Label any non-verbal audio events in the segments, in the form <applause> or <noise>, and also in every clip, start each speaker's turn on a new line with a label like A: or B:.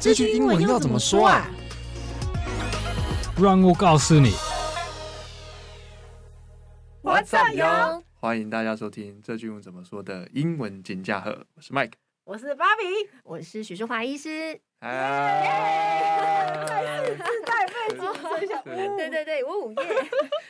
A: 这句英文要怎么说啊？
B: 让我告诉你。
C: What's up, yo？
D: 欢迎大家收听这句我怎么说的英文金驾鹤，我是 Mike。
C: 我是芭比，
A: 我是许淑华医师。
D: 哎嗨，
C: 自带背景声效。
D: 对
A: <laughs> 对对对，我午夜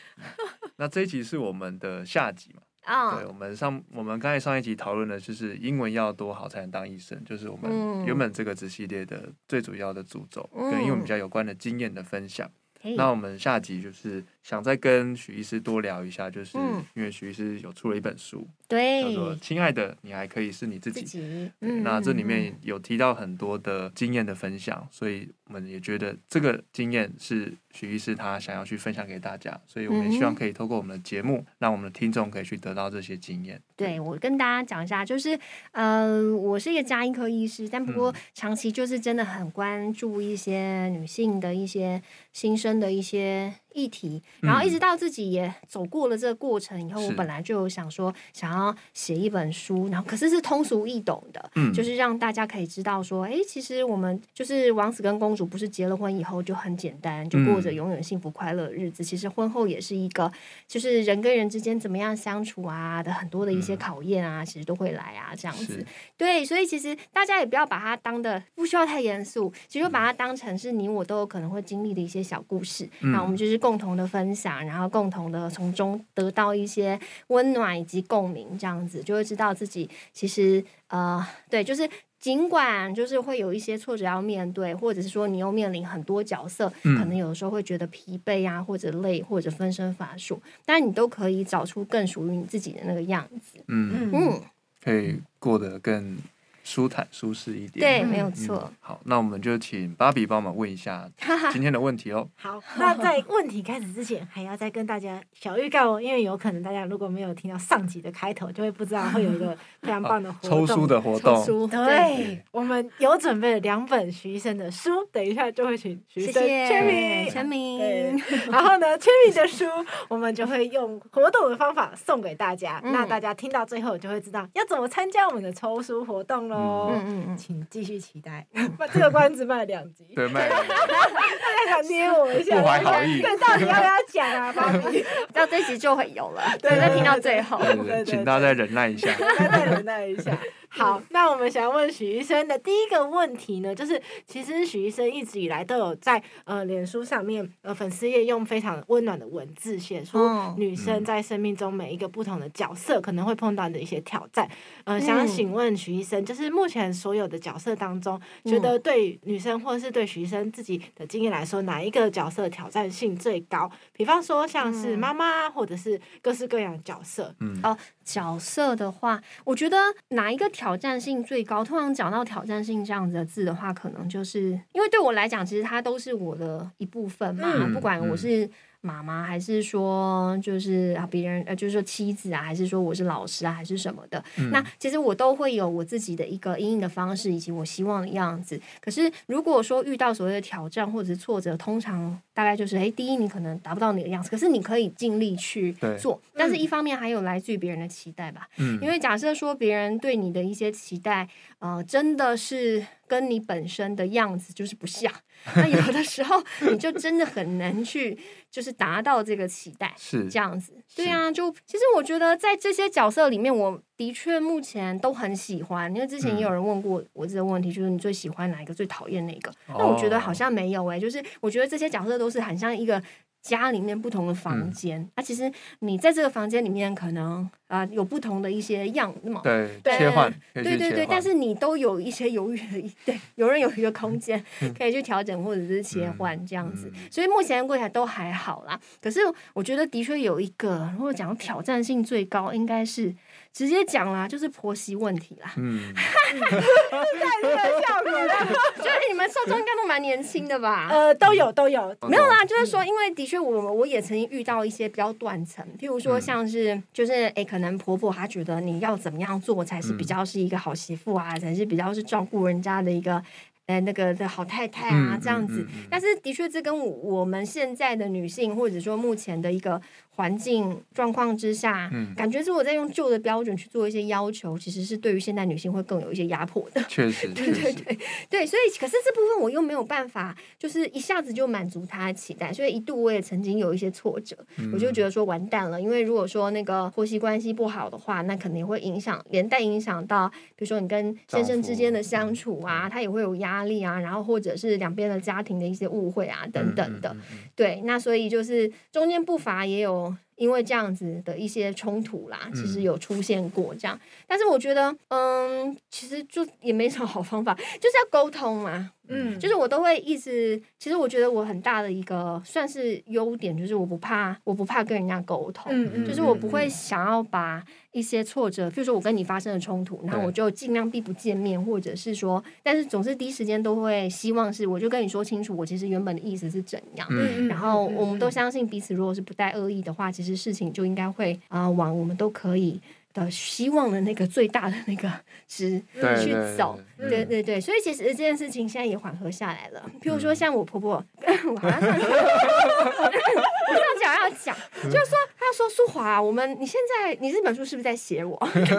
A: <laughs>
D: 那这一集是我们的下集嘛？
A: 啊
D: 对，，我们上我们刚才上一集讨论的就是英文要多好才能当医生，就是我
A: 嗯
D: 们原本这个子系列的最主要的主轴，
A: 嗯
D: 跟英文比较有关的经验的分享。
A: 嘿
D: 那我们下集就是想再跟许医师多聊一下，就是
A: 嗯哎
D: 因为许医师有出了一本书，
A: 对
D: 叫做《亲爱的，你还可以是你自
A: 自
D: 己》。
A: 己，
D: 对
A: 嗯，
D: 那这里
A: 嗯
D: 面有提到很多的经验的分享，所以我们也觉得这个经验是许医师他想要去分享给大家，所以我们也希望
A: 嗯哼
D: 可以透过我们的节目，让我们的听众可以去得到这些经验。
A: 对我跟大家讲一下，就是呃，我是一个家医科医师，但不
D: 嗯
A: 过长期就是真的很关注一些女性的一些新生的一些议题，然后一直到自己也走过了这个过程以后，我
D: 嗯是
A: 本来就有想说想要写一本书，然后可是是通俗易懂的，
D: 嗯
A: 就是让大家可以知道说，诶，其实我们就是王子跟公主不是结了婚以后就很简单，就过着
D: 嗯
A: 永远幸福快乐的日子，其实婚后也是一个就是人跟人之间怎么样相处啊的很多的一些
D: 嗯
A: 考验啊，其实都会来啊，这样子
D: 是。
A: 对，所以其实大家也不要把它当的不需要太严肃，其实就把它当成是你我都有可能会经历的一些小故事。
D: 嗯
A: 那我们就是共同的分享，然后共同的从中得到一些温暖以及共鸣，这样子就会知道自己其实呃，对，就是。尽管就是会有一些挫折要面对，或者是说你又面临很多角色，
D: 嗯
A: 可能有的时候会觉得疲惫啊，或者累，或者分身乏术，但你都可以找出更属于你自己的那个样子。
D: 嗯，
C: 嗯，
A: 嗯，
D: 可以过得更舒坦舒适一点。
A: 对，
C: 嗯
A: 没有
D: 嗯
A: 错。
D: 好，那我们就请芭比帮我们问一下
A: 哈哈，
D: 今天的问题哦。
C: 好，那在问题开始之前，还要再跟大家小预告哦，因为有可能大家如果没有听到上集的开头，就会不知道会有一个非常棒的活
D: 抽
C: 动。
D: 书的活动，
A: 书
C: 对，我们有准备了两本徐医生的书，等一下就会请徐医
A: 谢
C: 生签
A: 谢
C: 名。对
A: 全民，，
C: <laughs> 然后呢，签名的书我们就会用活动的方法送给大家。
A: 嗯
C: 那大家听到最后就会知道要怎么参加我们的抽书活动喽。
A: 嗯嗯
C: 请继续期待， <laughs> 这个关子卖两集，
A: <laughs>
D: 对，卖
C: 大家想捏我一下，
D: <laughs> 不怀好意
C: 这到底要不要讲
A: <laughs>
C: 啊，芭比？
A: 嗯，到这集就会有了，
C: 对
A: 对，
C: 对
A: 要听到最后。
C: 对
D: 对
C: 对
D: 对，请大家再忍耐一下。
C: 大家 <laughs> 再忍耐一下。好，那我们想要问许医生的第一个问题呢，就是其实许医生一直以来都有在呃脸书上面呃粉丝页用非常温暖的文字写出
A: 嗯
C: 女生在生命中每一个不同的角色可能会碰到的一些挑战。呃，想要
A: 嗯
C: 请问许医生，就是目前所有的角色当中，觉
A: 嗯
C: 得对女生或者是对许医生自己的经验来说，哪一个角色挑战性最高？比方说像是
A: 嗯
C: 妈妈，或者是各式各样的角色。
D: 嗯，
A: 哦角色的话，我觉得哪一个挑战性最高？通常讲到挑战性这样子的字的话，可能就是因为对我来讲，其实它都是我的一部分嘛，
D: 嗯
A: 不管我是。妈妈，还是说就是啊，别人呃，就是说妻子啊，还是说我是老师啊，还是什么的？
D: 嗯
A: 那其实我都会有我自己的一个阴影的方式，以及我希望的样子。可是如果说遇到所谓的挑战或者是挫折，通常大概就是，哎，第一你可能达不到你的样子，可是你可以尽力去
D: 对
A: 做。但是一方面还有来自于别人的期待吧，
D: 嗯
A: 因为假设说别人对你的一些期待，呃，真的是跟你本身的样子就是不像， <laughs> 那有的时候你就真的很难去就是达到这个期待。
D: 是
A: 这样子。
D: 是
A: 对啊，就其实我觉得在这些角色里面，我的确目前都很喜欢，因为之前
D: 嗯
A: 也有人问过我这个问题，就是你最喜欢哪一个，最讨厌哪一个？那我
D: 哦
A: 觉得好像没有诶、就是我觉得这些角色都是很像一个。家里面不同的
D: 嗯
A: 房间，啊，其实你在这个房间里面，可能啊、呃有不同的一些样貌，
D: 对
A: 对
D: 切换，可以
A: 对
D: 去
A: 对
D: 切
A: 对，
D: 换
A: 但是你都有一些犹豫的一， <laughs> 对，游刃有余的空间
D: 嗯
A: 可以去调整或者是切换这样子，所以目前过起来都还好啦。可是我觉得的确有一个，如果讲挑战性最高，应该是直接讲啦，就是婆媳问题啦。 <laughs>
D: 嗯，
C: 这个效果啦
A: 就是你们受众应该都蛮年轻的吧？
C: 呃，都有都有，
A: 没有啦，就是说，因为的确我我也曾经遇到一些比较断层，譬如
D: 嗯
A: 说像是就是哎、诶可能婆婆她觉得你要怎么样做才是
D: 嗯
A: 比较是一个好媳妇啊，才是比较是照顾人家的一个。呃，那个的好太太啊，
D: 嗯
A: 这样子，
D: 嗯嗯嗯
A: 但是的确，这跟我我们现在的女性，或者说目前的一个环境状况之下，
D: 嗯
A: 感觉如果再用旧的标准去做一些要求，其实是对于现代女性会更有一些压迫的。
D: 确实，确
A: 对对
D: 实，
A: 对对，所以可是这部分我又没有办法，就是一下子就满足她的期待，所以一度我也曾经有一些挫折，我就觉
D: 嗯
A: 得说完蛋了，因为如果说那个婆媳关系不好的话，那肯定会影响，连带影响到，比如说你跟先生之间的相处
D: 嗯
A: 啊，他也会有压力啊，然后或者是两边的家庭的一些误会啊等等的，
D: 嗯，嗯嗯嗯
A: 对，那所以就是中间不乏也有因为这样子的一些冲突啦，其实
D: 嗯
A: 有出现过这样。但是我觉得，嗯，其实就也没什么好方法，就是要沟通嘛。
C: 嗯，
A: 就是我都会一直，其实我觉得我很大的一个算是优点，就是我不怕，我不怕跟人家沟通。
C: 嗯嗯，
A: 就是我不会想要把一些挫折，比如说我跟你发生了冲突，然后我就尽量避不见面，或者是说，但是总是第一时间都会希望是，我就跟你说清楚，我其实原本的意思是怎样。
D: 嗯
A: 然后我们都
C: 想，
A: 相信彼此，如果是不带恶意的话，其实事情就应该会啊、呃往我们都可以的希望的那个最大的那个值
D: 对
A: 去
D: 对嗯
A: 走。
D: 对
A: 对
D: 对
A: 对对，所以其实这件事情现在也缓和下来了。譬如说，
D: 嗯
A: 像我婆 <laughs> 婆，我好像上 <laughs> 我上讲要讲，就是说，她说舒华，啊我们你现在你这本书是不是在写我？ <laughs> 所以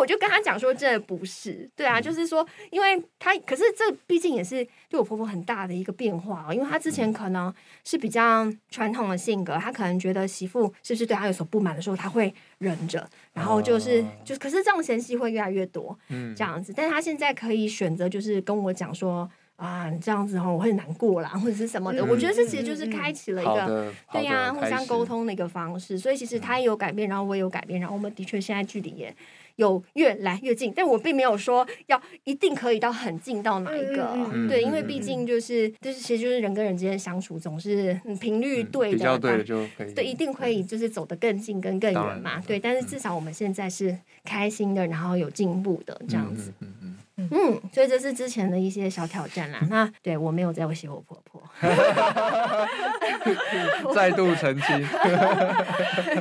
A: 我就跟她讲说，这不是，对
D: 嗯
A: 啊，就是说，因为她可是这毕竟也是对我婆婆很大的一个变化哦，因为她之
D: 嗯
A: 前可能是比较传统的性格，她可能觉得媳妇是不是对她有所不满的时候，她会忍着，然后就是、
D: 哦
A: 就可是这种嫌隙会越来越多，
D: 嗯
A: 这样子。但是他现在可以选择，就是跟我讲说啊，你这样子哦，我会难过啦，或者是什么的。
D: 嗯
A: 我觉得这其实就是开启了一
D: 好
A: 个。
D: 的，好
A: 对
D: 的
A: 呀、互
D: 开
A: 相
D: 始嗯
A: 沟通的一个方式，所以其实他也有改变，然后我也有改变，然后我们的确现在距离也有越来越近，但我并没有说要一定可以到很近到哪一个，
C: 嗯
D: 嗯嗯
A: 对，
D: 嗯
A: 因为
D: 嗯
A: 毕竟就是就是其实就是人跟人之间相处总是嗯频率
D: 嗯
A: 对的，
D: 比较对
A: 但
D: 的就嗯可以，
A: 对，一定可以，就是走得更近跟更
D: 当
A: 远
D: 然
A: 嘛
D: 当。
A: 对，但是至少我们现在是开心的，然后有进步的这样子。
D: 嗯，嗯嗯
A: 嗯所以这是之前的一些小挑战啦。那对我没有在写我婆婆， <laughs>
D: 嗯再度澄清，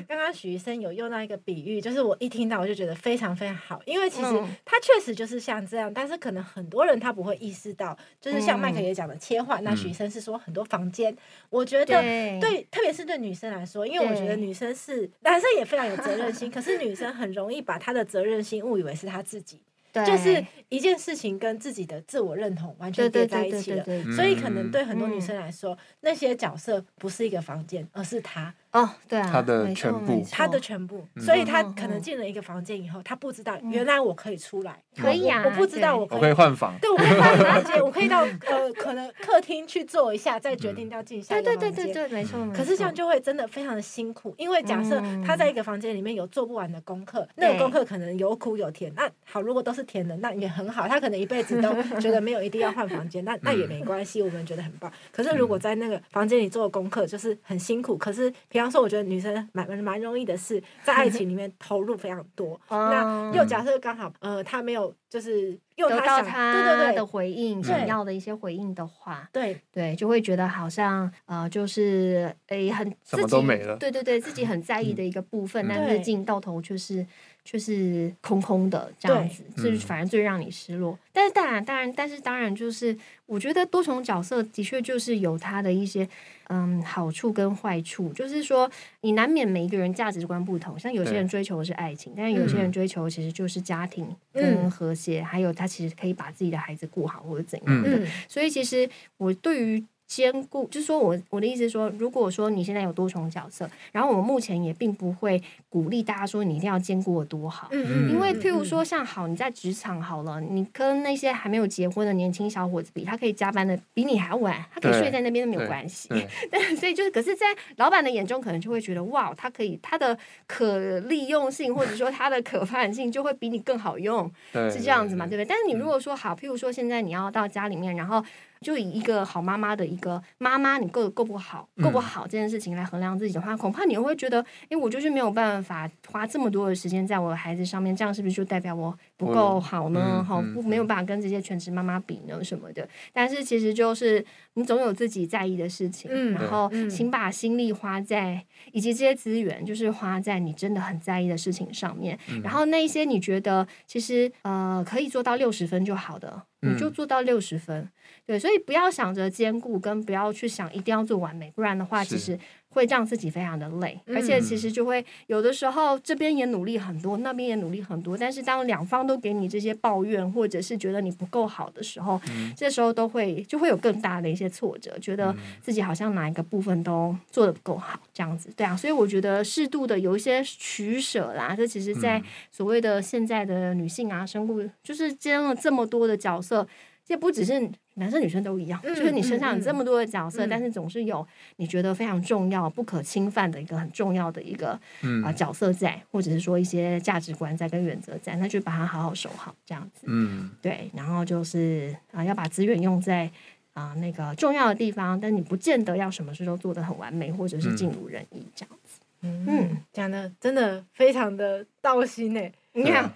C: 刚刚许医生有用到一个比喻，就是我一听到我就觉得非常非常好，因为其实
A: 嗯
C: 它确实就是像这样，但是可能很多人他不会意识到，就是像麦克也讲的切换。那
D: 嗯
C: 许医生是说很多房间，我觉得
A: <laughs> 对
C: 对，特别是对女生来说，因为我觉
A: 对
C: 得女生是男生也非常有责任心，可是女生很容易把她的责任心误以为是她自己，
A: 对，
C: 就是一件事情跟自己的自我认同完
A: 对
C: 全
A: 对
C: 叠在
A: 对
C: 一
A: 对
C: 起
A: 对
C: 了。
A: 对，嗯
D: 嗯
C: 所以可能对很多女生来说，那些角色不是一个房间，而是她
A: 哦，对啊，
D: 她的
A: 没错
D: 全部
A: 没错
C: 她的全部。所以她
A: 哦嗯嗯
C: 可能进了一个房间以后，她不知道原来我可以出来，
A: 可以啊，
C: 我不知道
A: 对
C: 我
D: 我
C: 可
D: 可以
C: 以。
D: 换房，
C: 对，我可以到哪间，我可以到呃，可能客厅去坐一下，再决定要进下一
A: 对
C: 个
A: 对
C: 房
A: 对
C: 间。
A: 对对，没错。没
C: 可是这样
A: 错
C: 就会真的非常的辛苦，因为假设
A: 嗯
C: 他在一个房间里面有做不完的功课，那
A: 对
C: 个功课可能有苦有甜。那好，如果都是甜的，那也很好，他可能一辈子都觉得没有一定要换房间，那
A: 嗯
C: 那也没关系，我们觉得很棒。可是如果在那个房间里做的功课就是很辛苦，可是比方说，我觉得女生蛮蛮容易的是在爱情里面投入非常多，那
A: 哦
C: 又假设刚好呃他没有就是用
A: 得
C: 他
A: 到
C: 想
A: 他
C: 对对
A: 的
C: 对
A: 回应，
C: 对
A: 想要的一些回应的话，
C: 对
A: 对，就会觉得好像呃，就是诶，很
D: 什
A: 自
D: 么都
A: 己
D: 没了
A: 对对对，自己很在意的一个部分，
D: 嗯
A: 但是
C: 对
A: 进到头却是却是空空的这样
C: 对
A: 子，这
D: 嗯
A: 反而最让你失落。但是当然，当然，但是当然，就是我觉得多重角色的确就是有它的一些嗯好处跟坏处，就是说你难免每一个人价值观不同，像有些
D: 对
A: 人追求的是爱情，但是有些人
D: 嗯
A: 追求其实就是家庭跟
C: 嗯
A: 和谐，还有他其实可以把自己的孩子顾好或者怎样的。
D: 嗯
C: 嗯
A: 所以其实我对于兼顾，就是说我我的意思是说，如果说你现在有多重角色，然后我们目前也并不会鼓励大家说你一定要兼顾的多好。
C: 嗯
A: 因为，譬如
C: 嗯
A: 说，像好你在职场好了，你跟那些还没有结婚的年轻小伙子比，他可以加班的比你还晚，他可以
D: 对
A: 睡在那边都没有
D: 对
A: 关系。
D: 对，
A: 但 <laughs> 所以就是，可是，在老板的眼中，可能就会觉得哇，他可以他的可利用性或者说他的可 <laughs> 发展性就会比你更好用。
D: 对
A: <laughs>
D: 嗯
A: 是这样子嘛，对不对？但是你如果说好，譬如说现在你要到家里面，然后就以一个好妈妈的一个妈妈，你够够不好，够不
D: 嗯
A: 好这件事情来衡量自己的话，恐怕你会觉得，诶，我就是没有办法花这么多的时间在我的孩子上面，这样是不是就代表我不
D: 我
A: 够好呢？
D: 嗯
A: 好，
D: 嗯
A: 不
D: 嗯
A: 没有办法跟这些全职妈妈比呢什么的。但是其实就是你总有自己在意的事情，
C: 嗯
A: 然后
C: 对嗯
A: 请把心力花在以及这些资源，就是花在你真的很在意的事情上面。
D: 嗯
A: 然后那一些你觉得其实呃可以做到六十分就好的，你就
D: 嗯
A: 做到六十分。对，所以不要想着兼顾，跟不要去想一定要做完美，不然的话，其
D: 是
A: 实会让自己非常的累，而且
C: 嗯
A: 其实就会有的时候这边也努力很多，那边也努力很多，但是当两方都给你这些抱怨或者是觉得你不够好的时候，
C: 嗯
A: 这时候都会就会有更大的一些挫折，觉得自己好像哪一个部分都做的不够好这样子。对啊，所以我觉得适度的有一些取舍啦，这其实
C: 嗯
A: 在所谓的现在的女性啊，身故就是兼了这么多的角色，也不只是男生女生都一样，
C: 嗯
A: 就是你身上有这么多的角色，
C: 嗯嗯
A: 但是总是有你觉得非常重要、不可侵犯的一个很重要的一个啊、
D: 嗯
A: 呃角色在，或者是说一些价值观在跟原则在，那就把它好好守好这样子。
D: 嗯
A: 对，然后就是啊、要把资源用在啊、那个重要的地方，但你不见得要什么事都做得很完美，或者是尽如人意这样子。
C: 嗯
A: 嗯，
C: 讲的真的非常的道心欸呢、
A: 你
D: 对
A: 看、
D: 啊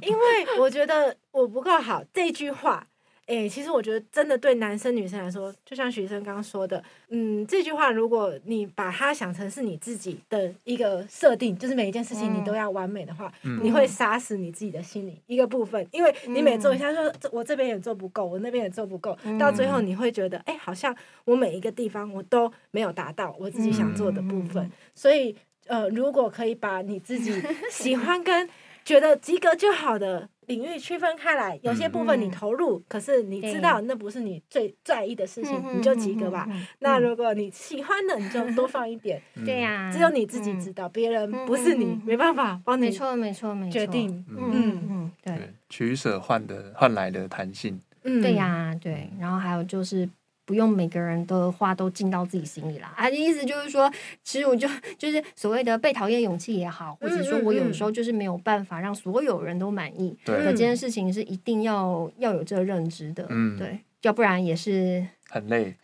C: 因为我觉得我不够好这句话，哎、其实我觉得真的对男生女生来说，就像徐医生刚刚说的，嗯，这句话如果你把它想成是你自己的一个设定，就是每一件事情
A: 嗯
C: 你都要完美的话，
D: 嗯
C: 你会杀死你自己的心理一个部分，因为你每
A: 嗯
C: 做一下说，这我这边也做不够，我那边也做不够，到最
A: 嗯
C: 后你会觉得，哎、好像我每一个地方我都没有达到我自己想做的部分，
A: 嗯
C: 所以呃，如果可以把你自己喜欢跟觉得及格就好的领域区分开来，有些部分你
A: 嗯
C: 投入，可是你知
A: 对
C: 道那不是你最在意的事情，
A: 嗯
C: 你就及格吧。。
A: 嗯嗯嗯
C: 那如果你喜欢的，你就多放一点，
A: 嗯对呀、
C: 只有你自己
A: 嗯
C: 知道，别人
A: 嗯
C: 不是你，
A: 嗯嗯
C: 没办法帮
A: 没
C: 你
A: 错，没错，没错。
C: 决，定。
A: 嗯
C: 嗯
A: 嗯嗯，对，
D: 对取舍换的换来的弹性，
C: 嗯，
A: 对呀、对。然后还有就是。不用每个人的话都进到自己心里啦，啊，意思就是说，其实我就就是所谓的被讨厌勇气也好，或者说我有时候就是没有办法让所有人都满意，那
D: 对
A: 这，件事情是一定要要有这个认知的，
D: 嗯
A: 对，要不然也是 <laughs>
D: 很累，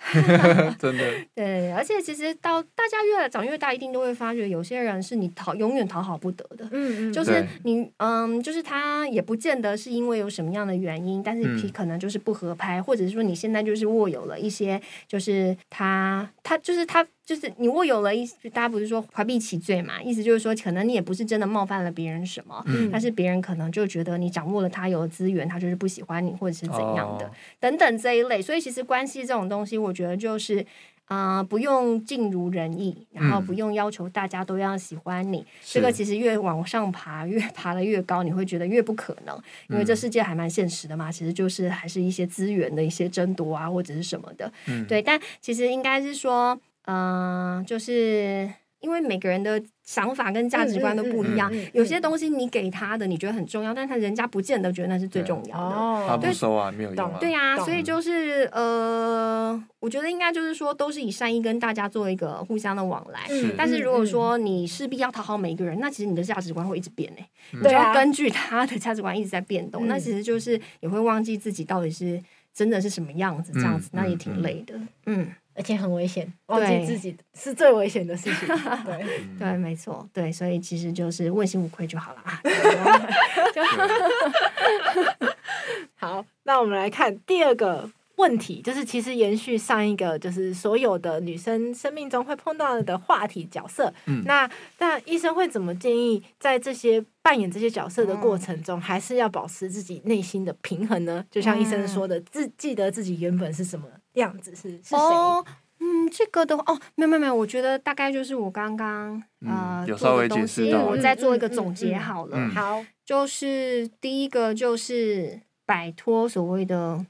D: 真的，
A: 对，而且其实到大家越长越大，一定都会发觉有些人是你讨永远讨好不得的，
C: 嗯嗯，
A: 就
C: 就是
D: 对
A: 你，嗯，就是他也不见得是因为有什么样的原因，但是
D: 嗯
A: 皮可能就是不合拍，或者是说你现在就是握有了一些，就是他他就是他就是你握有了一，大家不是说怀璧其罪嘛，意思就是说可能你也不是真的冒犯了别人什么，
C: 嗯
A: 但是别人可能就觉得你掌握了他有的资源，他就是不喜欢你或者是怎样的、
D: 哦
A: 等等这一类，所以其实关系这种东西，我觉得就是。啊、不用尽如人意，然后
D: 嗯
A: 不用要求大家都要喜欢你，这
D: 是
A: 个其实越往上爬， <laughs> 越爬得越高，你会觉得越不可能，因为这
D: 嗯
A: 世界还蛮现实的嘛。其实就是还是一些资源的一些争夺啊，或者是什么的。
D: 嗯
A: 对，但其实应该是说，嗯、就是因为每个人的想法跟价值观都不一样，
C: 嗯嗯嗯嗯
A: 有些东西你给他的你觉得很重要，但他人家不见得觉得那是最
D: 对
A: 重要的。
D: 他
C: 哦，
D: 不收啊，没有用啊，
A: 对呀、
C: 懂
A: 所以就是呃，我觉得应该就是说，都是以善意跟大家做一个互相的往来。
D: 是
A: 但是如果说你势必要讨好每一个人，那其实你的价值观会一直变诶、你
D: 嗯
A: 就
C: 对
A: 要
C: 啊，
A: 根据他的价值观一直在变动，
C: 嗯
A: 那其实就是也会忘记自己到底是真的是什么样子，这样子、
D: 嗯
A: 那也挺累的。嗯，
C: 而且很危险，忘记
A: 对
C: 自己是最危险的事
A: <laughs>
C: 情。对。
D: 嗯
A: 对，没错，对，所以其实就是问心无愧就好了啊。
C: 好，那我们来看第二个问题，就是其实延续上一个，就是所有的女生生命中会碰到的话题角色。
D: 嗯
C: 那那医生会怎么建议在这些扮演这些角色的过程中，还是要保持自己内心的平衡呢？就像医生说的，自记得自己原本是什么样子，是是谁？
A: 哦，嗯，这个的话，哦，没有没有没有，我觉得大概就是我刚刚呃
D: 嗯有
A: 做
D: 稍
A: 的
D: 微
A: 东
D: 解释
A: 西
D: 到
A: 我
D: 了
A: 再做一个
C: 嗯嗯
A: 总结
C: 嗯
A: 好了。
D: 嗯
C: 好，
A: 就是第一个就是摆脱所谓的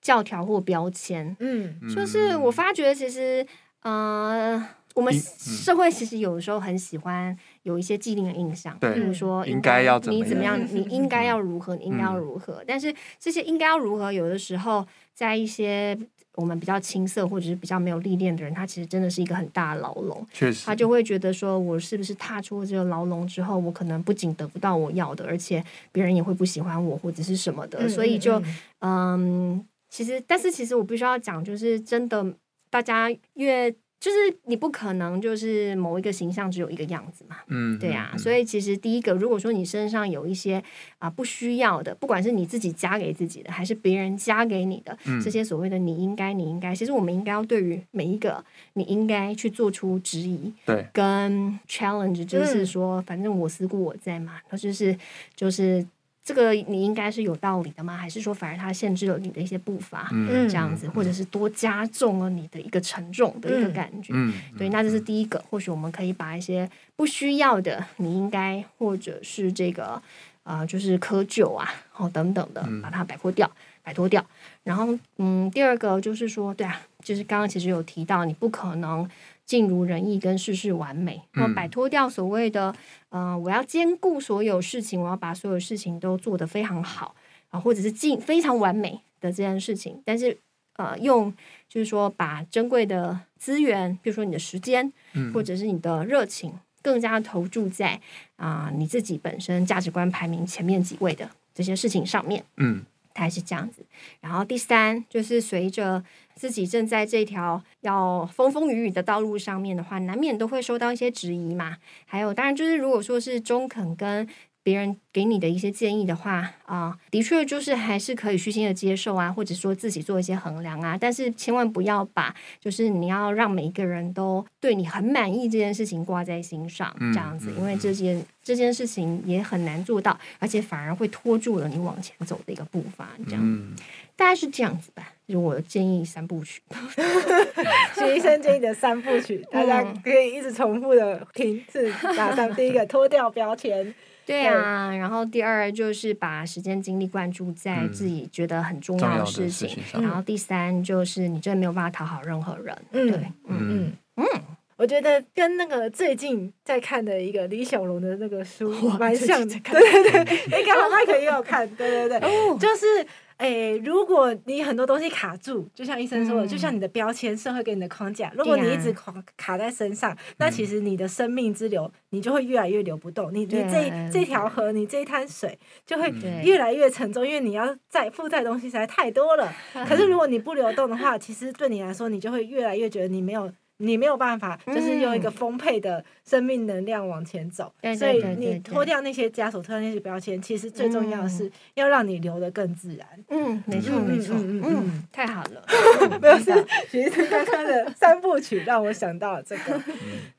A: 教条或标签，
C: 嗯
A: 就是我发觉其实，呃，我们
D: 应嗯
A: 社会其实有的时候很喜欢有一些既定的印象，
D: 对
A: 比如说
D: 应该要怎么嗯
A: 你怎么样
C: 样，
A: 你应该要如何，你应该要如何。但是这些应该要如何，有的时候在一些我们比较青涩或者是比较没有历练的人，他其实真的是一个很大的牢笼。
D: 确实，
A: 他就会觉得说，我是不是踏出这个牢笼之后，我可能不仅得不到我要的，而且别人也会不喜欢我或者是什么的，
C: 嗯
A: 所以就
C: 嗯
A: 嗯，其实但是其实我必须要讲，就是真的，大家越就是你不可能就是某一个形象只有一个样子嘛，
D: 嗯，
A: 对啊，
D: 嗯
A: 所以其实第一个，如果说你身上有一些啊、不需要的，不管是你自己加给自己的，还是别人加给你的，
D: 嗯
A: 这些所谓的你应该、你应该，其实我们应该要对于每一个你应该去做出质疑
D: 对，
A: 跟 challenge，就是
C: 嗯
A: 说，反正我思故我在嘛，那就是就是。这个你应该是有道理的吗？还是说反而它限制了你的一些步伐，
D: 嗯
A: 这样子，或者是多加重了你的一个沉重的一个感觉？
D: 嗯，
A: 对，那这是第一个。或许我们可以把一些不需要的，你应该或者是这个呃，就是窠臼啊，哦等等的
D: 嗯，
A: 把它摆脱掉，摆脱掉。然后，嗯，第二个就是说，对啊，就是刚刚其实有提到，你不可能尽如人意跟事事完美，那
D: 嗯
A: 摆脱掉所谓的呃，我要兼顾所有事情，我要把所有事情都做得非常好啊，或者是尽非常完美的这件事情，但是。呃，用就是说把珍贵的资源，比如说你的时间，
D: 嗯
A: 或者是你的热情，更加投注在啊、你自己本身价值观排名前面几位的这些事情上面，
D: 嗯
A: 大概是这样子。然后第三就是随着自己正在这条要风风雨雨的道路上面的话，难免都会收到一些质疑嘛。还有，当然就是如果说是中肯跟别人给你的一些建议的话，啊、的确就是还是可以虚心的接受啊，或者说自己做一些衡量啊，但是千万不要把就是你要让每一个人都对你很满意这件事情挂在心上，
D: 嗯
A: 这样子
D: 嗯，
A: 因为这件这件事情也很难做到，而且反而会拖住了你往前走的一个步伐，这样、
D: 嗯，
A: 大概是这样子吧，就是我建议三部曲。
C: 徐医生建议的三部曲，大家
A: 嗯
C: 可以一直重复的听是哪三？第一个脱掉标签，
A: 对啊，然后第二就是把时间精力灌注在
D: 嗯
A: 自己觉得很重
D: 重
A: 要
D: 要
A: 的
D: 的
A: 事
D: 事
A: 情，
D: 情上
A: 然后第三就是你真的没有办法讨好任何人，
C: 嗯
A: 对，嗯，
D: 嗯
C: 我觉得跟那个最近在看的一个李小龙的那个
A: <laughs>
C: 书
A: 哇
C: 蛮
A: 最近
C: 像的，
A: 在看
C: 对对对，应该好像可以有看，对对对，
A: 哦，
C: 就是诶、如果你很多东西卡住，就像医生说的，
A: 嗯啊
C: 就像你的标签、社会给你的框架，如果你一直卡卡在身
A: 嗯
C: 上，那其实你的生命之流，你就会越来越流不动。你你这
A: 对嗯
C: 这条河，你这一滩水就会
A: 对
C: 越来越沉重，因为你要载负载的东西实在太多
A: <laughs>
C: 了。可是如果你不流动的话，其实对你来说，你就会越来越觉得你没有。你没有办法，就是用一个丰沛的生命能量往前走，
A: 嗯对对
C: 所以
A: 对对
C: 你
A: 对
C: 脱掉那些枷锁，脱掉那些标签，其实最重要的是
A: 嗯
C: 要让你流得更自然。
A: 嗯，没错
C: 嗯
A: 没错，
C: 嗯嗯
A: 嗯
C: 嗯嗯
A: 太好了，
C: 没有是学生刚刚的三部曲 <laughs> 让我想到了这个。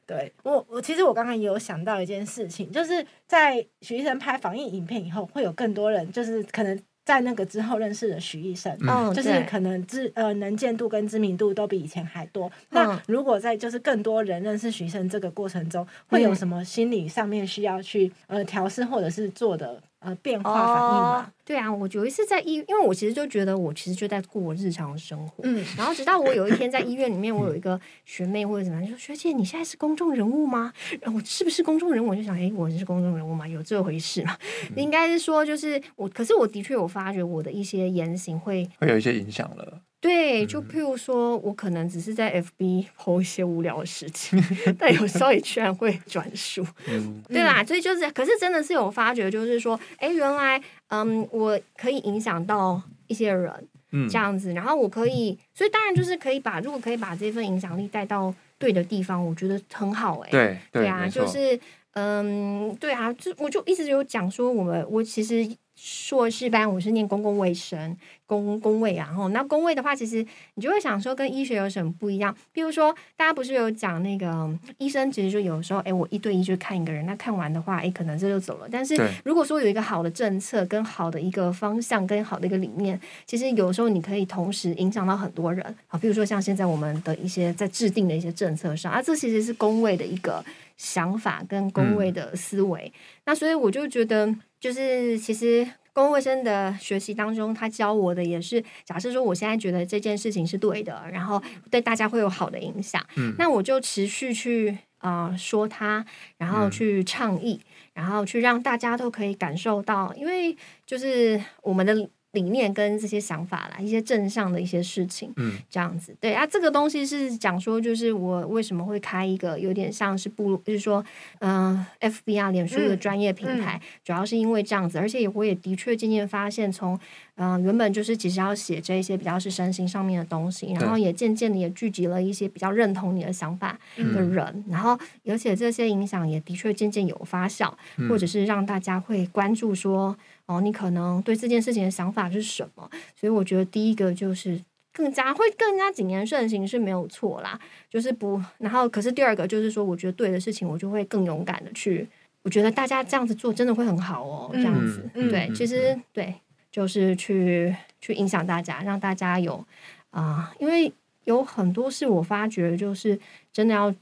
C: 对我，我其实我刚刚也有想到一件事情，就是在许医生拍防疫影片以后，会有更多人就是可能在那个之后认识了许医生。
D: 嗯
A: 嗯，
C: 就是
A: 对
C: 可能知呃能见度跟知名度都比以前还多。那
A: 嗯
C: 如果在就是更多人认识徐生这个过程中，会有
A: 嗯
C: 什么心理上面需要去呃调试或者是做的呃变化反应
A: 哦
C: 吗？，
A: 对啊，我有一次在医，因为我其实就觉得我其实就在过我日常的生活，
C: 嗯，
A: 然后直到我有一天在医院里面，我有一个学妹或者怎么样，就说学姐你现在是公众人物吗？然后我是不是公众人物？我就想，诶，我是公众人物吗？有这回事吗？
C: 嗯
A: 应该是说就是我，可是我的确有发觉我的一些言行会
D: 会有一些影响了。
A: 对，
C: 嗯
A: 就譬如说，我可能只是在 FB 剖一些无聊的事情， <laughs> 但有时候也居然会转述，
D: 嗯
A: 对啦，所以就是，可是真的是有发觉，就是说，哎，原来，嗯，我可以影响到一些人
D: 嗯，
A: 这样子，然后我可以，所以当然就是可以把，如果可以把这份影响力带到对的地方，我觉得很好、哎，
D: 对
A: 对
D: 对
A: 啊，
D: 没
A: 就
D: 错
A: 是嗯，对啊，就我就一直有讲说，我们我其实硕士班我是念公共卫生公公卫啊，然后那公卫的话，其实你就会想说跟医学有什么不一样？比如说大家不是有讲那个嗯医生，其实就有时候哎，我一对一去看一个人，那看完的话，哎，可能这就走了。但是
D: 对
A: 如果说有一个好的政策、跟好的一个方向、跟好的一个理念，其实有时候你可以同时影响到很多人啊，比如说像现在我们的一些在制定的一些政策上啊，这其实是工位的一个想法跟工
D: 嗯
A: 位的思维。那所以我就觉得，就是其实。公共卫生的学习当中，他教我的也是，假设说我现在觉得这件事情是对的，然后对大家会有好的影响，
D: 嗯
A: 那我就持续去呃说它，然后
D: 嗯
A: 去倡议，然后去让大家都可以感受到，因为就是我们的理念跟这些想法啦，一些正向的一些事情，
D: 嗯
A: 这样子。对啊，这个东西是讲说，就是我为什么会开一个有点像是部落，就是说，嗯、f b 啊，脸书的
C: 嗯
A: 专业品
C: 嗯
A: 牌，主要是因为这样子。而且我也的确渐渐发现从，嗯原本就是只是要写这一些比较是身心上面的东西，然后也渐渐的也聚集了一些比较认同你的想法的
D: 嗯
A: 人，然后而且这些影响也的确渐渐有发酵，或
D: 嗯
A: 者是让大家会关注说，哦，你可能对这件事情的想法是什么？所以我觉得第一个就是更加会更加谨言慎行是没有错啦，就是不，然后可是第二个就是说，我觉得对的事情，我就会更勇敢的去我觉得大家这样子做真的会很好哦，这样子，
C: 嗯
A: 对，
D: 嗯
A: 其实对，就是去去影响大家，让大家有啊、因为有很多事我发觉就是真的要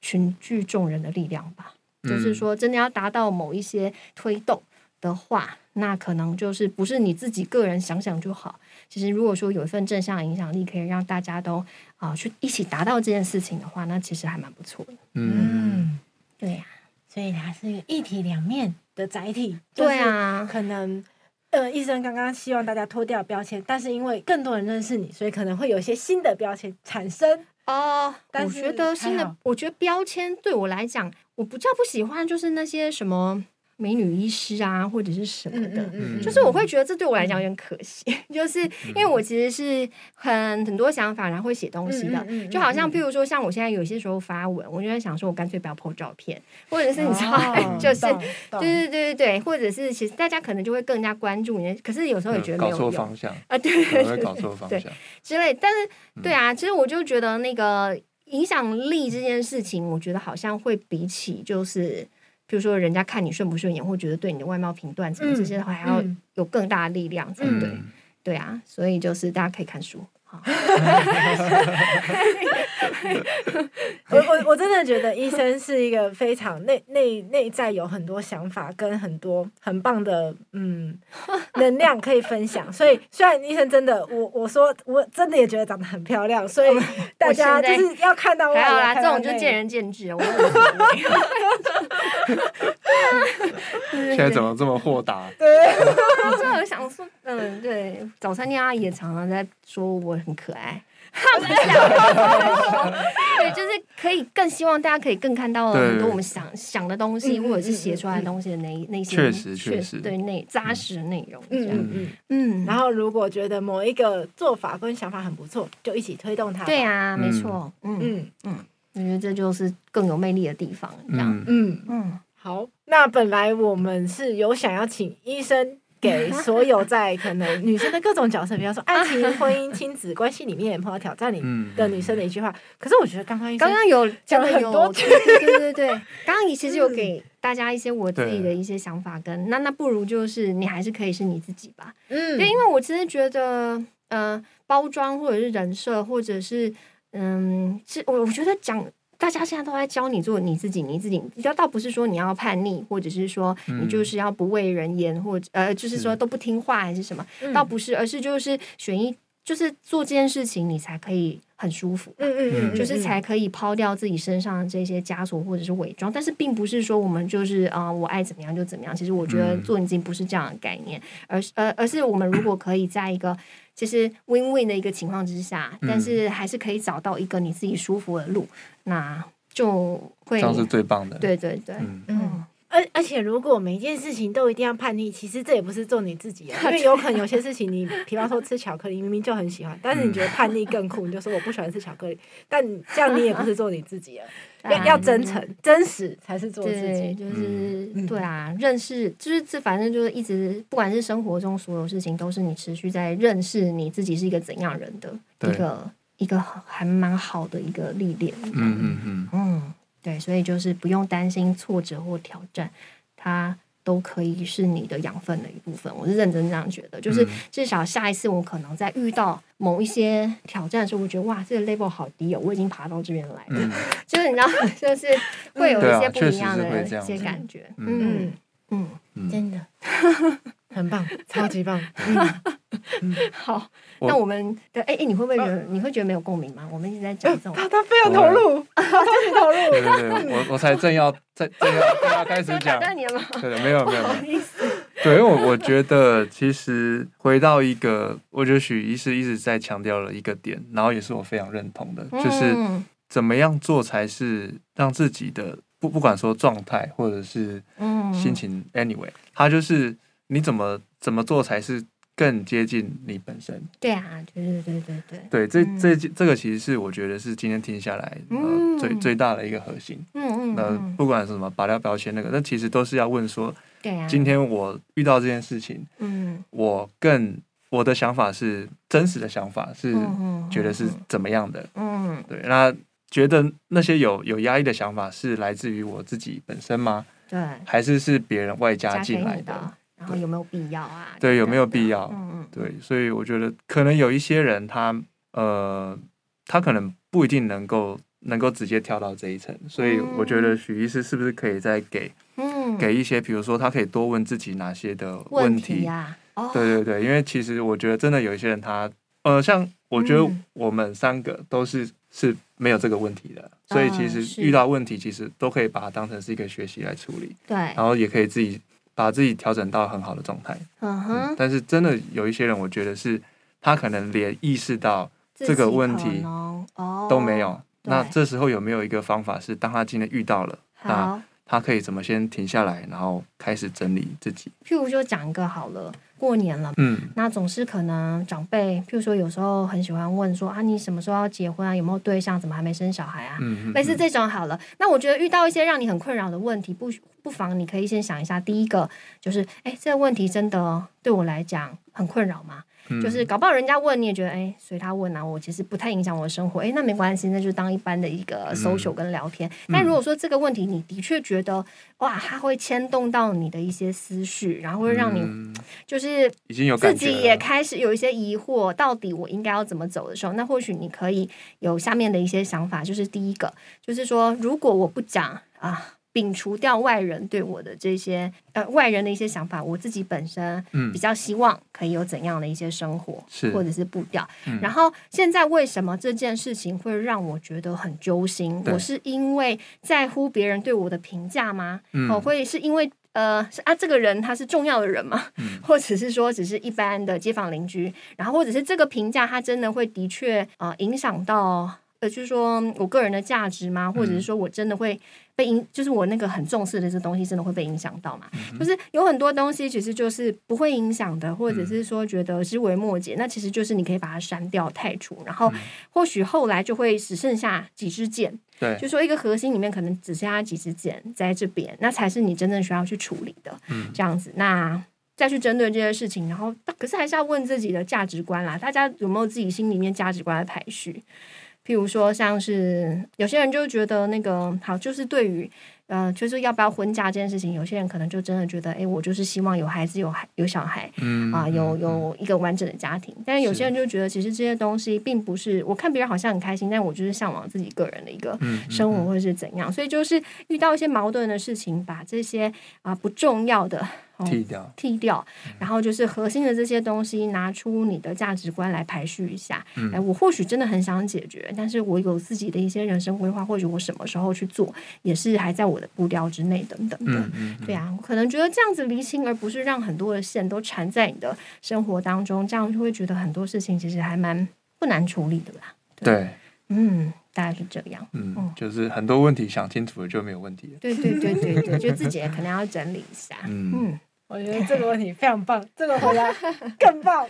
A: 群聚众人的力量吧，
C: 嗯
A: 就是说真的要达到某一些推动的话，那可能就是不是你自己个人想想就好。其实如果说有一份正向影响力，可以让大家都啊、去一起达到这件事情的话，那其实还蛮不错的。
D: 嗯，
C: 嗯，
A: 对呀、
C: 所以它是一个一体两面的载体。
A: 对，啊，
C: 可能。呃，医生刚刚希望大家脱掉标签，但是因为更多人认识你，所以可能会有一些新的标签产生。
A: 哦，
C: 但
A: 我
C: 是
A: 觉得新
C: 还
A: 的
C: 好，
A: 我觉得标签对我来讲，我不叫不喜欢，就是那些什么美女医师啊，或者是什么的。
D: 嗯
A: 就是我会觉得这对我来讲有点可惜， <laughs> 就是因为我其实是很很多想法，然后会写东西的，
C: 嗯嗯嗯
A: 就好像
C: 嗯
A: 譬如说，像我现在有些时候发文，我就在想说，我干脆不要 po 照片，或者是你知道，
C: <laughs> 哦
A: <laughs> 就是
C: 懂懂
A: 对对对对对，或者是其实大家可能就会更加关注你，可是有时候也觉得没
D: 嗯搞
A: 有
D: 错
A: 用 <laughs>
D: 方向，
A: 啊，对对对
D: 可能会
A: 对
D: 搞错方向，
A: 之类。但是，
D: 嗯
A: 对啊，其实我就觉得那个影响力这件事情，我觉得好像会比起就是，比如说人家看你顺不顺眼，或觉得对你的外貌评断什么这些，还要
C: 嗯
A: 有更大的力量才
C: 嗯
A: 对。对啊，所以就是大家可以看书。好
C: <laughs> 我我我真的觉得医生是一个非常内内内在有很多想法跟很多很棒的嗯能量可以分享，所以虽然医生真的我我说我真的也觉得长得很漂亮，所以大家
A: 现
C: 就
A: 在
C: 是要看到外
A: 还好
C: 表
A: 啦，这
C: 哦看到
A: 种就
C: 内
A: 见仁见智，我没有所谓
D: 现在怎么这么豁
A: <laughs>
D: 达？
C: 对，
A: 就啊我想说，嗯，对，早餐店阿姨也常常在说我很可爱。 <laughs> 对，就是可以更希望大家可以更看到
D: 对
A: 很多我们想想的东西，
C: 嗯嗯
A: 或者是写出来的东西的那一那些
D: 确实
A: 确
D: 确实
A: 对内扎实的内容这
C: 嗯
A: 样。
C: 嗯嗯。
A: 嗯，
C: 然后如果觉得某一个做法跟想法很不错，就一起推动它。
A: 对，啊，
D: 嗯
A: 没错，嗯，
C: 嗯
A: 我觉得这就是更有魅力的地方，这样。
D: 嗯，
C: 嗯。
A: 嗯，
C: 好，那本来我们是有想要请医生给所有在可能女生的各种角色，比方说爱情、婚姻、亲子关系里面碰到挑战里
D: 嗯
C: 的女生的一句话。可是我觉得刚刚医生
A: 刚刚有
C: 嗯讲
A: 真的
C: 了很
A: 有
C: 多嗯
A: 对对对对对，刚刚你其实有给大家一些我自己的
D: 对
A: 一些想法跟那那不如就是你还是可以是你自己吧，
C: 嗯
A: 对，因为我其实觉得，呃，包装或者是人设，或者是嗯，是我我觉得讲。大家现在都在教你做你自己，你自己，要倒不是说你要叛逆，或者是说你
C: 嗯
A: 就是要不为人言，或者呃，就是说
D: 是
A: 都不听话还是什么，
C: 嗯
A: 倒不是，而是就是选一，就是做这件事情你才可以很舒服。
C: 嗯嗯嗯，
A: 就是才可以抛掉自己身上的这些枷锁或者是伪装。但是并不是说我们就是啊、呃我爱怎么样就怎么样。其实我觉得
D: 嗯
A: 做你自己不是这样的概念，而是呃而是我们如果可以在一个其实 win win 的一个情况之下，
D: 嗯
A: 但是还是可以找到一个你自己舒服的路，那就会
D: 这样是最棒的。，
A: 对对对，
D: 嗯，
A: 嗯，
C: 而而且，如果每一件事情都一定要叛逆，其实这也不是做你自己
A: <laughs>
C: 啊，因为有可能有些事情你，比方说吃巧克力，明明就很喜欢，但
A: 嗯
C: 是你觉得叛逆更酷，你就说我不喜欢吃巧克力，但你这样你也不是做你自
A: <laughs>
C: 己啊，要要真诚、真实才是做自己。
A: 对，就是、
C: 嗯
A: 对啊，认识就是这，反正就是一直，不管是生活中所有事情，都是你持续在认识你自己是一个怎样人的
D: 对
A: 一个一个还蛮好的一个历练。
D: 嗯嗯嗯，
A: 嗯，对，所以就是不用担心挫折或挑战，它都可以是你的养分的一部分。我是认真这样觉得，就是
D: 嗯
A: 至少下一次我可能在遇到某一些挑战的时候，我觉得哇，这个 level 好低哦，我已经爬到这边来了。 <laughs>
D: 嗯
A: 就是
C: <laughs>
A: 你知道，就是会有一些不一样
D: 对啊确
A: 的
D: 实是会这
A: 一
D: 样子
A: 些感觉。
D: 嗯
A: 嗯
C: 嗯，
A: 嗯，
D: 嗯，
C: 真的很棒，超级棒。
A: 好，
D: 我
A: 那我们的哎哎，你会不会觉得你会觉得没有共鸣吗？我们一直在讲这种，
C: 啊他他非常 <laughs> 投入，他超级投入。
D: 对对对，我我才正要正正要正要开始讲，
A: 但你吗？
D: 对的，没有
A: 不
D: 没有没有
A: 好。意思，
D: 对，因为我我觉得其实回到一个，我觉得许医师一直在强调了一个点，然后也是我非常认同的，就是
A: 嗯
D: 怎么样做才是让自己的不不管说状态或者是
A: 嗯
D: 心情，anyway，它就是你怎么怎么做才是更接近你本身。
A: 对啊，对对对对对，
D: 对，这
A: 嗯
D: 这这个其实是我觉得是今天听下来呃
A: 嗯
D: 最最大的一个核心。
A: 嗯嗯
D: 那
A: 嗯，
D: 不管是什么拔掉标签那个，那其实都是要问说，
A: 对啊，
D: 今天我遇到这件事情。
A: 嗯
D: 我更我的想法是真实的想法，是
A: 嗯嗯，
D: 觉得是怎么样的。
A: 嗯，
D: 对，那觉得那些有有压抑的想法是来自于我自己本身吗？
A: 对，
D: 还是是别人外加
A: 加给
D: 进来
A: 你
D: 的。
A: 的，然后有没有必要啊？
D: 对有没有
A: 等等的
D: 必要
A: 嗯
D: 对，所以我觉得可能有一些人他呃，他可能不一定能够能够直接跳到这一层，所以我觉得许医师是不是可以再给
A: 嗯嗯，
D: 给一些，比如说他可以多问自己哪些的
A: 问
D: 题？
A: 呀，哦，
D: 对对对，因为其实我觉得真的有一些人他呃，像我觉得
A: 嗯
D: 我们三个都是是没有这个问题的，所以其
A: 嗯
D: 实
A: 是
D: 遇到问题其实都可以把它当成是一个学习来处理，
A: 对，
D: 然后也可以自己把自己调整到很好的状态。
A: 嗯
D: 嗯
A: 哼，，
D: 但是真的有一些人，我觉得是他可能连意识到
A: 自
D: 这个
A: 己
D: 问
A: 可
D: 题
A: 能哦
D: 都没有。，那
A: 对
D: 这时候有没有一个方法是，当他今天遇到了，那
A: 好，
D: 他可以怎么先停下来，然后开始整理自己？
A: 譬如说讲一个好了，过年了嘛。
D: 嗯，
A: 那总是可能长辈，譬如说有时候很喜欢问说啊，你什么时候要结婚啊？有没有对象？怎么还没生小孩啊？
D: 嗯嗯
A: 类似
D: 嗯
A: 这种好了。那我觉得遇到一些让你很困扰的问题，不不妨你可以先想一下，第一个就是，哎，这个问题真的对我来讲很困扰吗？
D: 嗯
A: 就是搞不好人家问你也觉得，哎，随他问啊，我其实不太影响我的生活，哎，那没关系，那就当一般的一
D: 嗯
A: 个 social 跟聊天。但如果说这个问题你的确觉得，哇，它会牵动到你的一些思绪，然后会让你
D: 嗯
A: 就是
D: 已经有
A: 自
D: 感觉
A: 己也
D: 了
A: 开始有一些疑惑，到底我应该要怎么走的时候，那或许你可以有下面的一些想法，就是第一个，就是说，如果我不讲啊，摒除掉外人对我的这些呃外人的一些想法，我自己本身
D: 嗯
A: 比较希望可以有怎样的一些生活，
D: 是
A: 或者是步调。
D: 嗯
A: 然后现在为什么这件事情会让我觉得很揪心？
D: 对
A: 我是因为在乎别人对我的评价吗？
D: 嗯
A: 哦，会是因为呃是啊，这个人他是重要的人吗？
D: 嗯
A: <laughs> 或者是说只是一般的街坊邻居，然后或者是这个评价，他真的会的确呃影响到呃，就是说我个人的价值吗？或
D: 嗯
A: 者是说我真的会被影，就是我那个很重视的这东西真的会被影响到嘛？
D: 嗯
A: 就是有很多东西其实就是不会影响的，或
D: 嗯
A: 者是说觉得枝微末节，那其实就是你可以把它删掉、太除，然
D: 嗯
A: 后或许后来就会只剩下几支箭。
D: 对，
A: 就说一个核心里面可能只剩下几支箭在这边，那才是你真正需要去处理的。
D: 嗯
A: 这样子，那再去针对这些事情，然后可是还是要问自己的价值观啦，大家有没有自己心里面价值观的排序？譬如说，像是有些人就觉得那个好，就是对于呃，就是要不要婚嫁这件事情，有些人可能就真的觉得，哎，我就是希望有孩子，有孩有小孩，
D: 嗯
A: 啊、有
D: 嗯
A: 有一个完整的家庭。但是有些人就觉得，其实这些东西并不是我看别人好像很开心，但我就是向往自己个人的一个
D: 嗯嗯
A: 生活或者是怎样。所以就是遇到一些矛盾的事情，把这些啊、不重要的、哦、
D: 剃掉，
A: 剔掉，
D: 嗯
A: 然后就是核心的这些东西，拿出你的价值观来排序一下。
D: 嗯
A: 哎，我或许真的很想解决，但是我有自己的一些人生规划，或许我什么时候去做，也是还在我的步调之内，等等的。
D: 嗯嗯嗯
A: 对啊，我可能觉得这样子厘清，而不是让很多的线都缠在你的生活当中，这样就会觉得很多事情其实还蛮不难处理的啦。
D: 对，
A: 嗯，大概是这样。
D: 嗯
A: 嗯，
D: 就是很多问题想清楚了就没有问题了。
A: 对对对对
D: <laughs>
A: 对，就自己也可能要整理一下。
D: 嗯，
A: 嗯，
C: 我觉得这个问题非常棒，这个回 <laughs> 答更棒，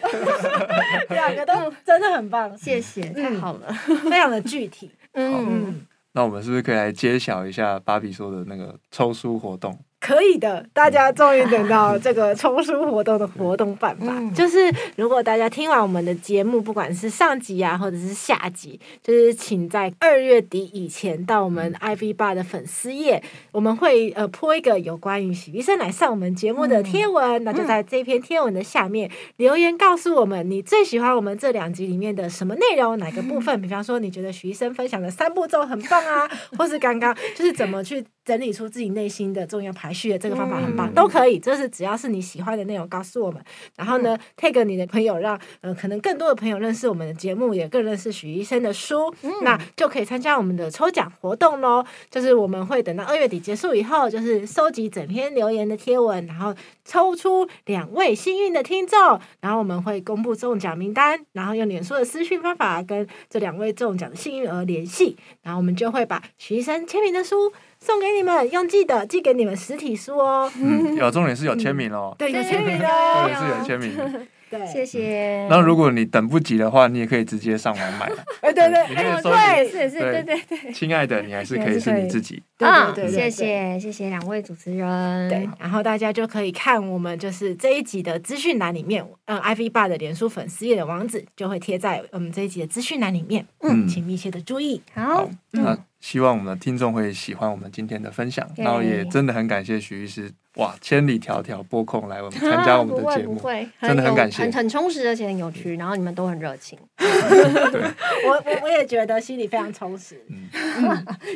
C: 两个都真的很棒，
A: 谢谢，太嗯好了。
C: 非常的具体。
A: 嗯，
C: 嗯，
D: 那我们是不是可以来揭晓一下芭比说的那个抽书活动？
C: 可以的，大家终于等到这个冲书活动的活动办法。
A: 嗯
C: 就是如果大家听完我们的节目，不管是上集啊，或者是下集，就是请在二月底以前到我
A: 嗯
C: 们 IV 吧的粉丝页，我们会呃播一个有关于喜医生来上我们节目的贴
A: 嗯
C: 文，那就在这篇贴文的下面留言告诉我们你最喜欢我们这两集里面的什么内容，哪个部分？比方说你觉得许医生分享的三步骤很棒
A: <laughs>
C: 啊，或是刚刚就是怎么去整理出自己内心的重要排序的这个方法很棒，
A: 嗯
C: 都可以。这是只要是你喜欢的内容，告诉我们。然后呢，tag 你的朋友，让呃可能更多的朋友认识我们的节目，也更认识许医生的书，那就可以参加我们的抽奖活动喽。就是我们会等到二月底结束以后，就是收集整篇留言的贴文，然后抽出两位幸运的听众，然后我们会公布中奖名单，然后用脸书的私讯方法跟这两位中奖的幸运儿联系，然后我们就会把许医生签名的书送给你们，用寄的寄给你们实体书哦。
D: 嗯嗯，有重点是有签名哦，
C: <laughs> 对，有签名
A: 对
D: 重
C: 哦
A: 啊。
D: 点是有签名。
C: 对，
A: 谢谢。
D: <laughs> 嗯那如果你等不及的话，你也可以直接上网买。 <laughs>
C: 哎，对对，
D: 你可以
C: 哎，
D: 搜
C: 对，
A: 是是，对
D: 对
A: 对对。
D: 亲爱的，你还是可以是你自己。
C: 对对对，对
A: 嗯谢。谢谢谢两位主持人。
C: 对，然后大家就可以看我们就是这一集的资讯栏里面，嗯，IV 爸的脸书粉丝页的网址就会贴在我们这一集的资讯栏里面，
D: 嗯
C: 请密切的注意。
A: 好
D: 好，，嗯那希望我们的听众会喜欢我们今天的分享，
A: 对
D: 然后也真的很感谢徐医师，哇，千里迢迢拨空来我们参加我们
A: 不
D: 的
A: 会
D: 节
A: 不
D: 目，
A: 会，
D: 真的很
A: 有
D: 感谢嗯
A: 很很充实，而且很有趣。然后你们都很热情， <laughs>
C: 我我我也觉得心里非常充实。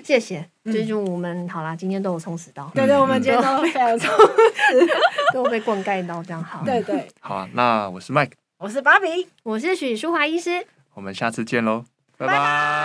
A: 谢谢。这就我们好啦，今天都有充实到，
C: 对对，我们今天都非常充实。
A: 都被灌溉到，这样好。
C: 对对，
D: 好啊，那我是 Mike，
C: 我是芭比。
A: 我是许淑华医师，
D: 我们下次见喽，拜拜。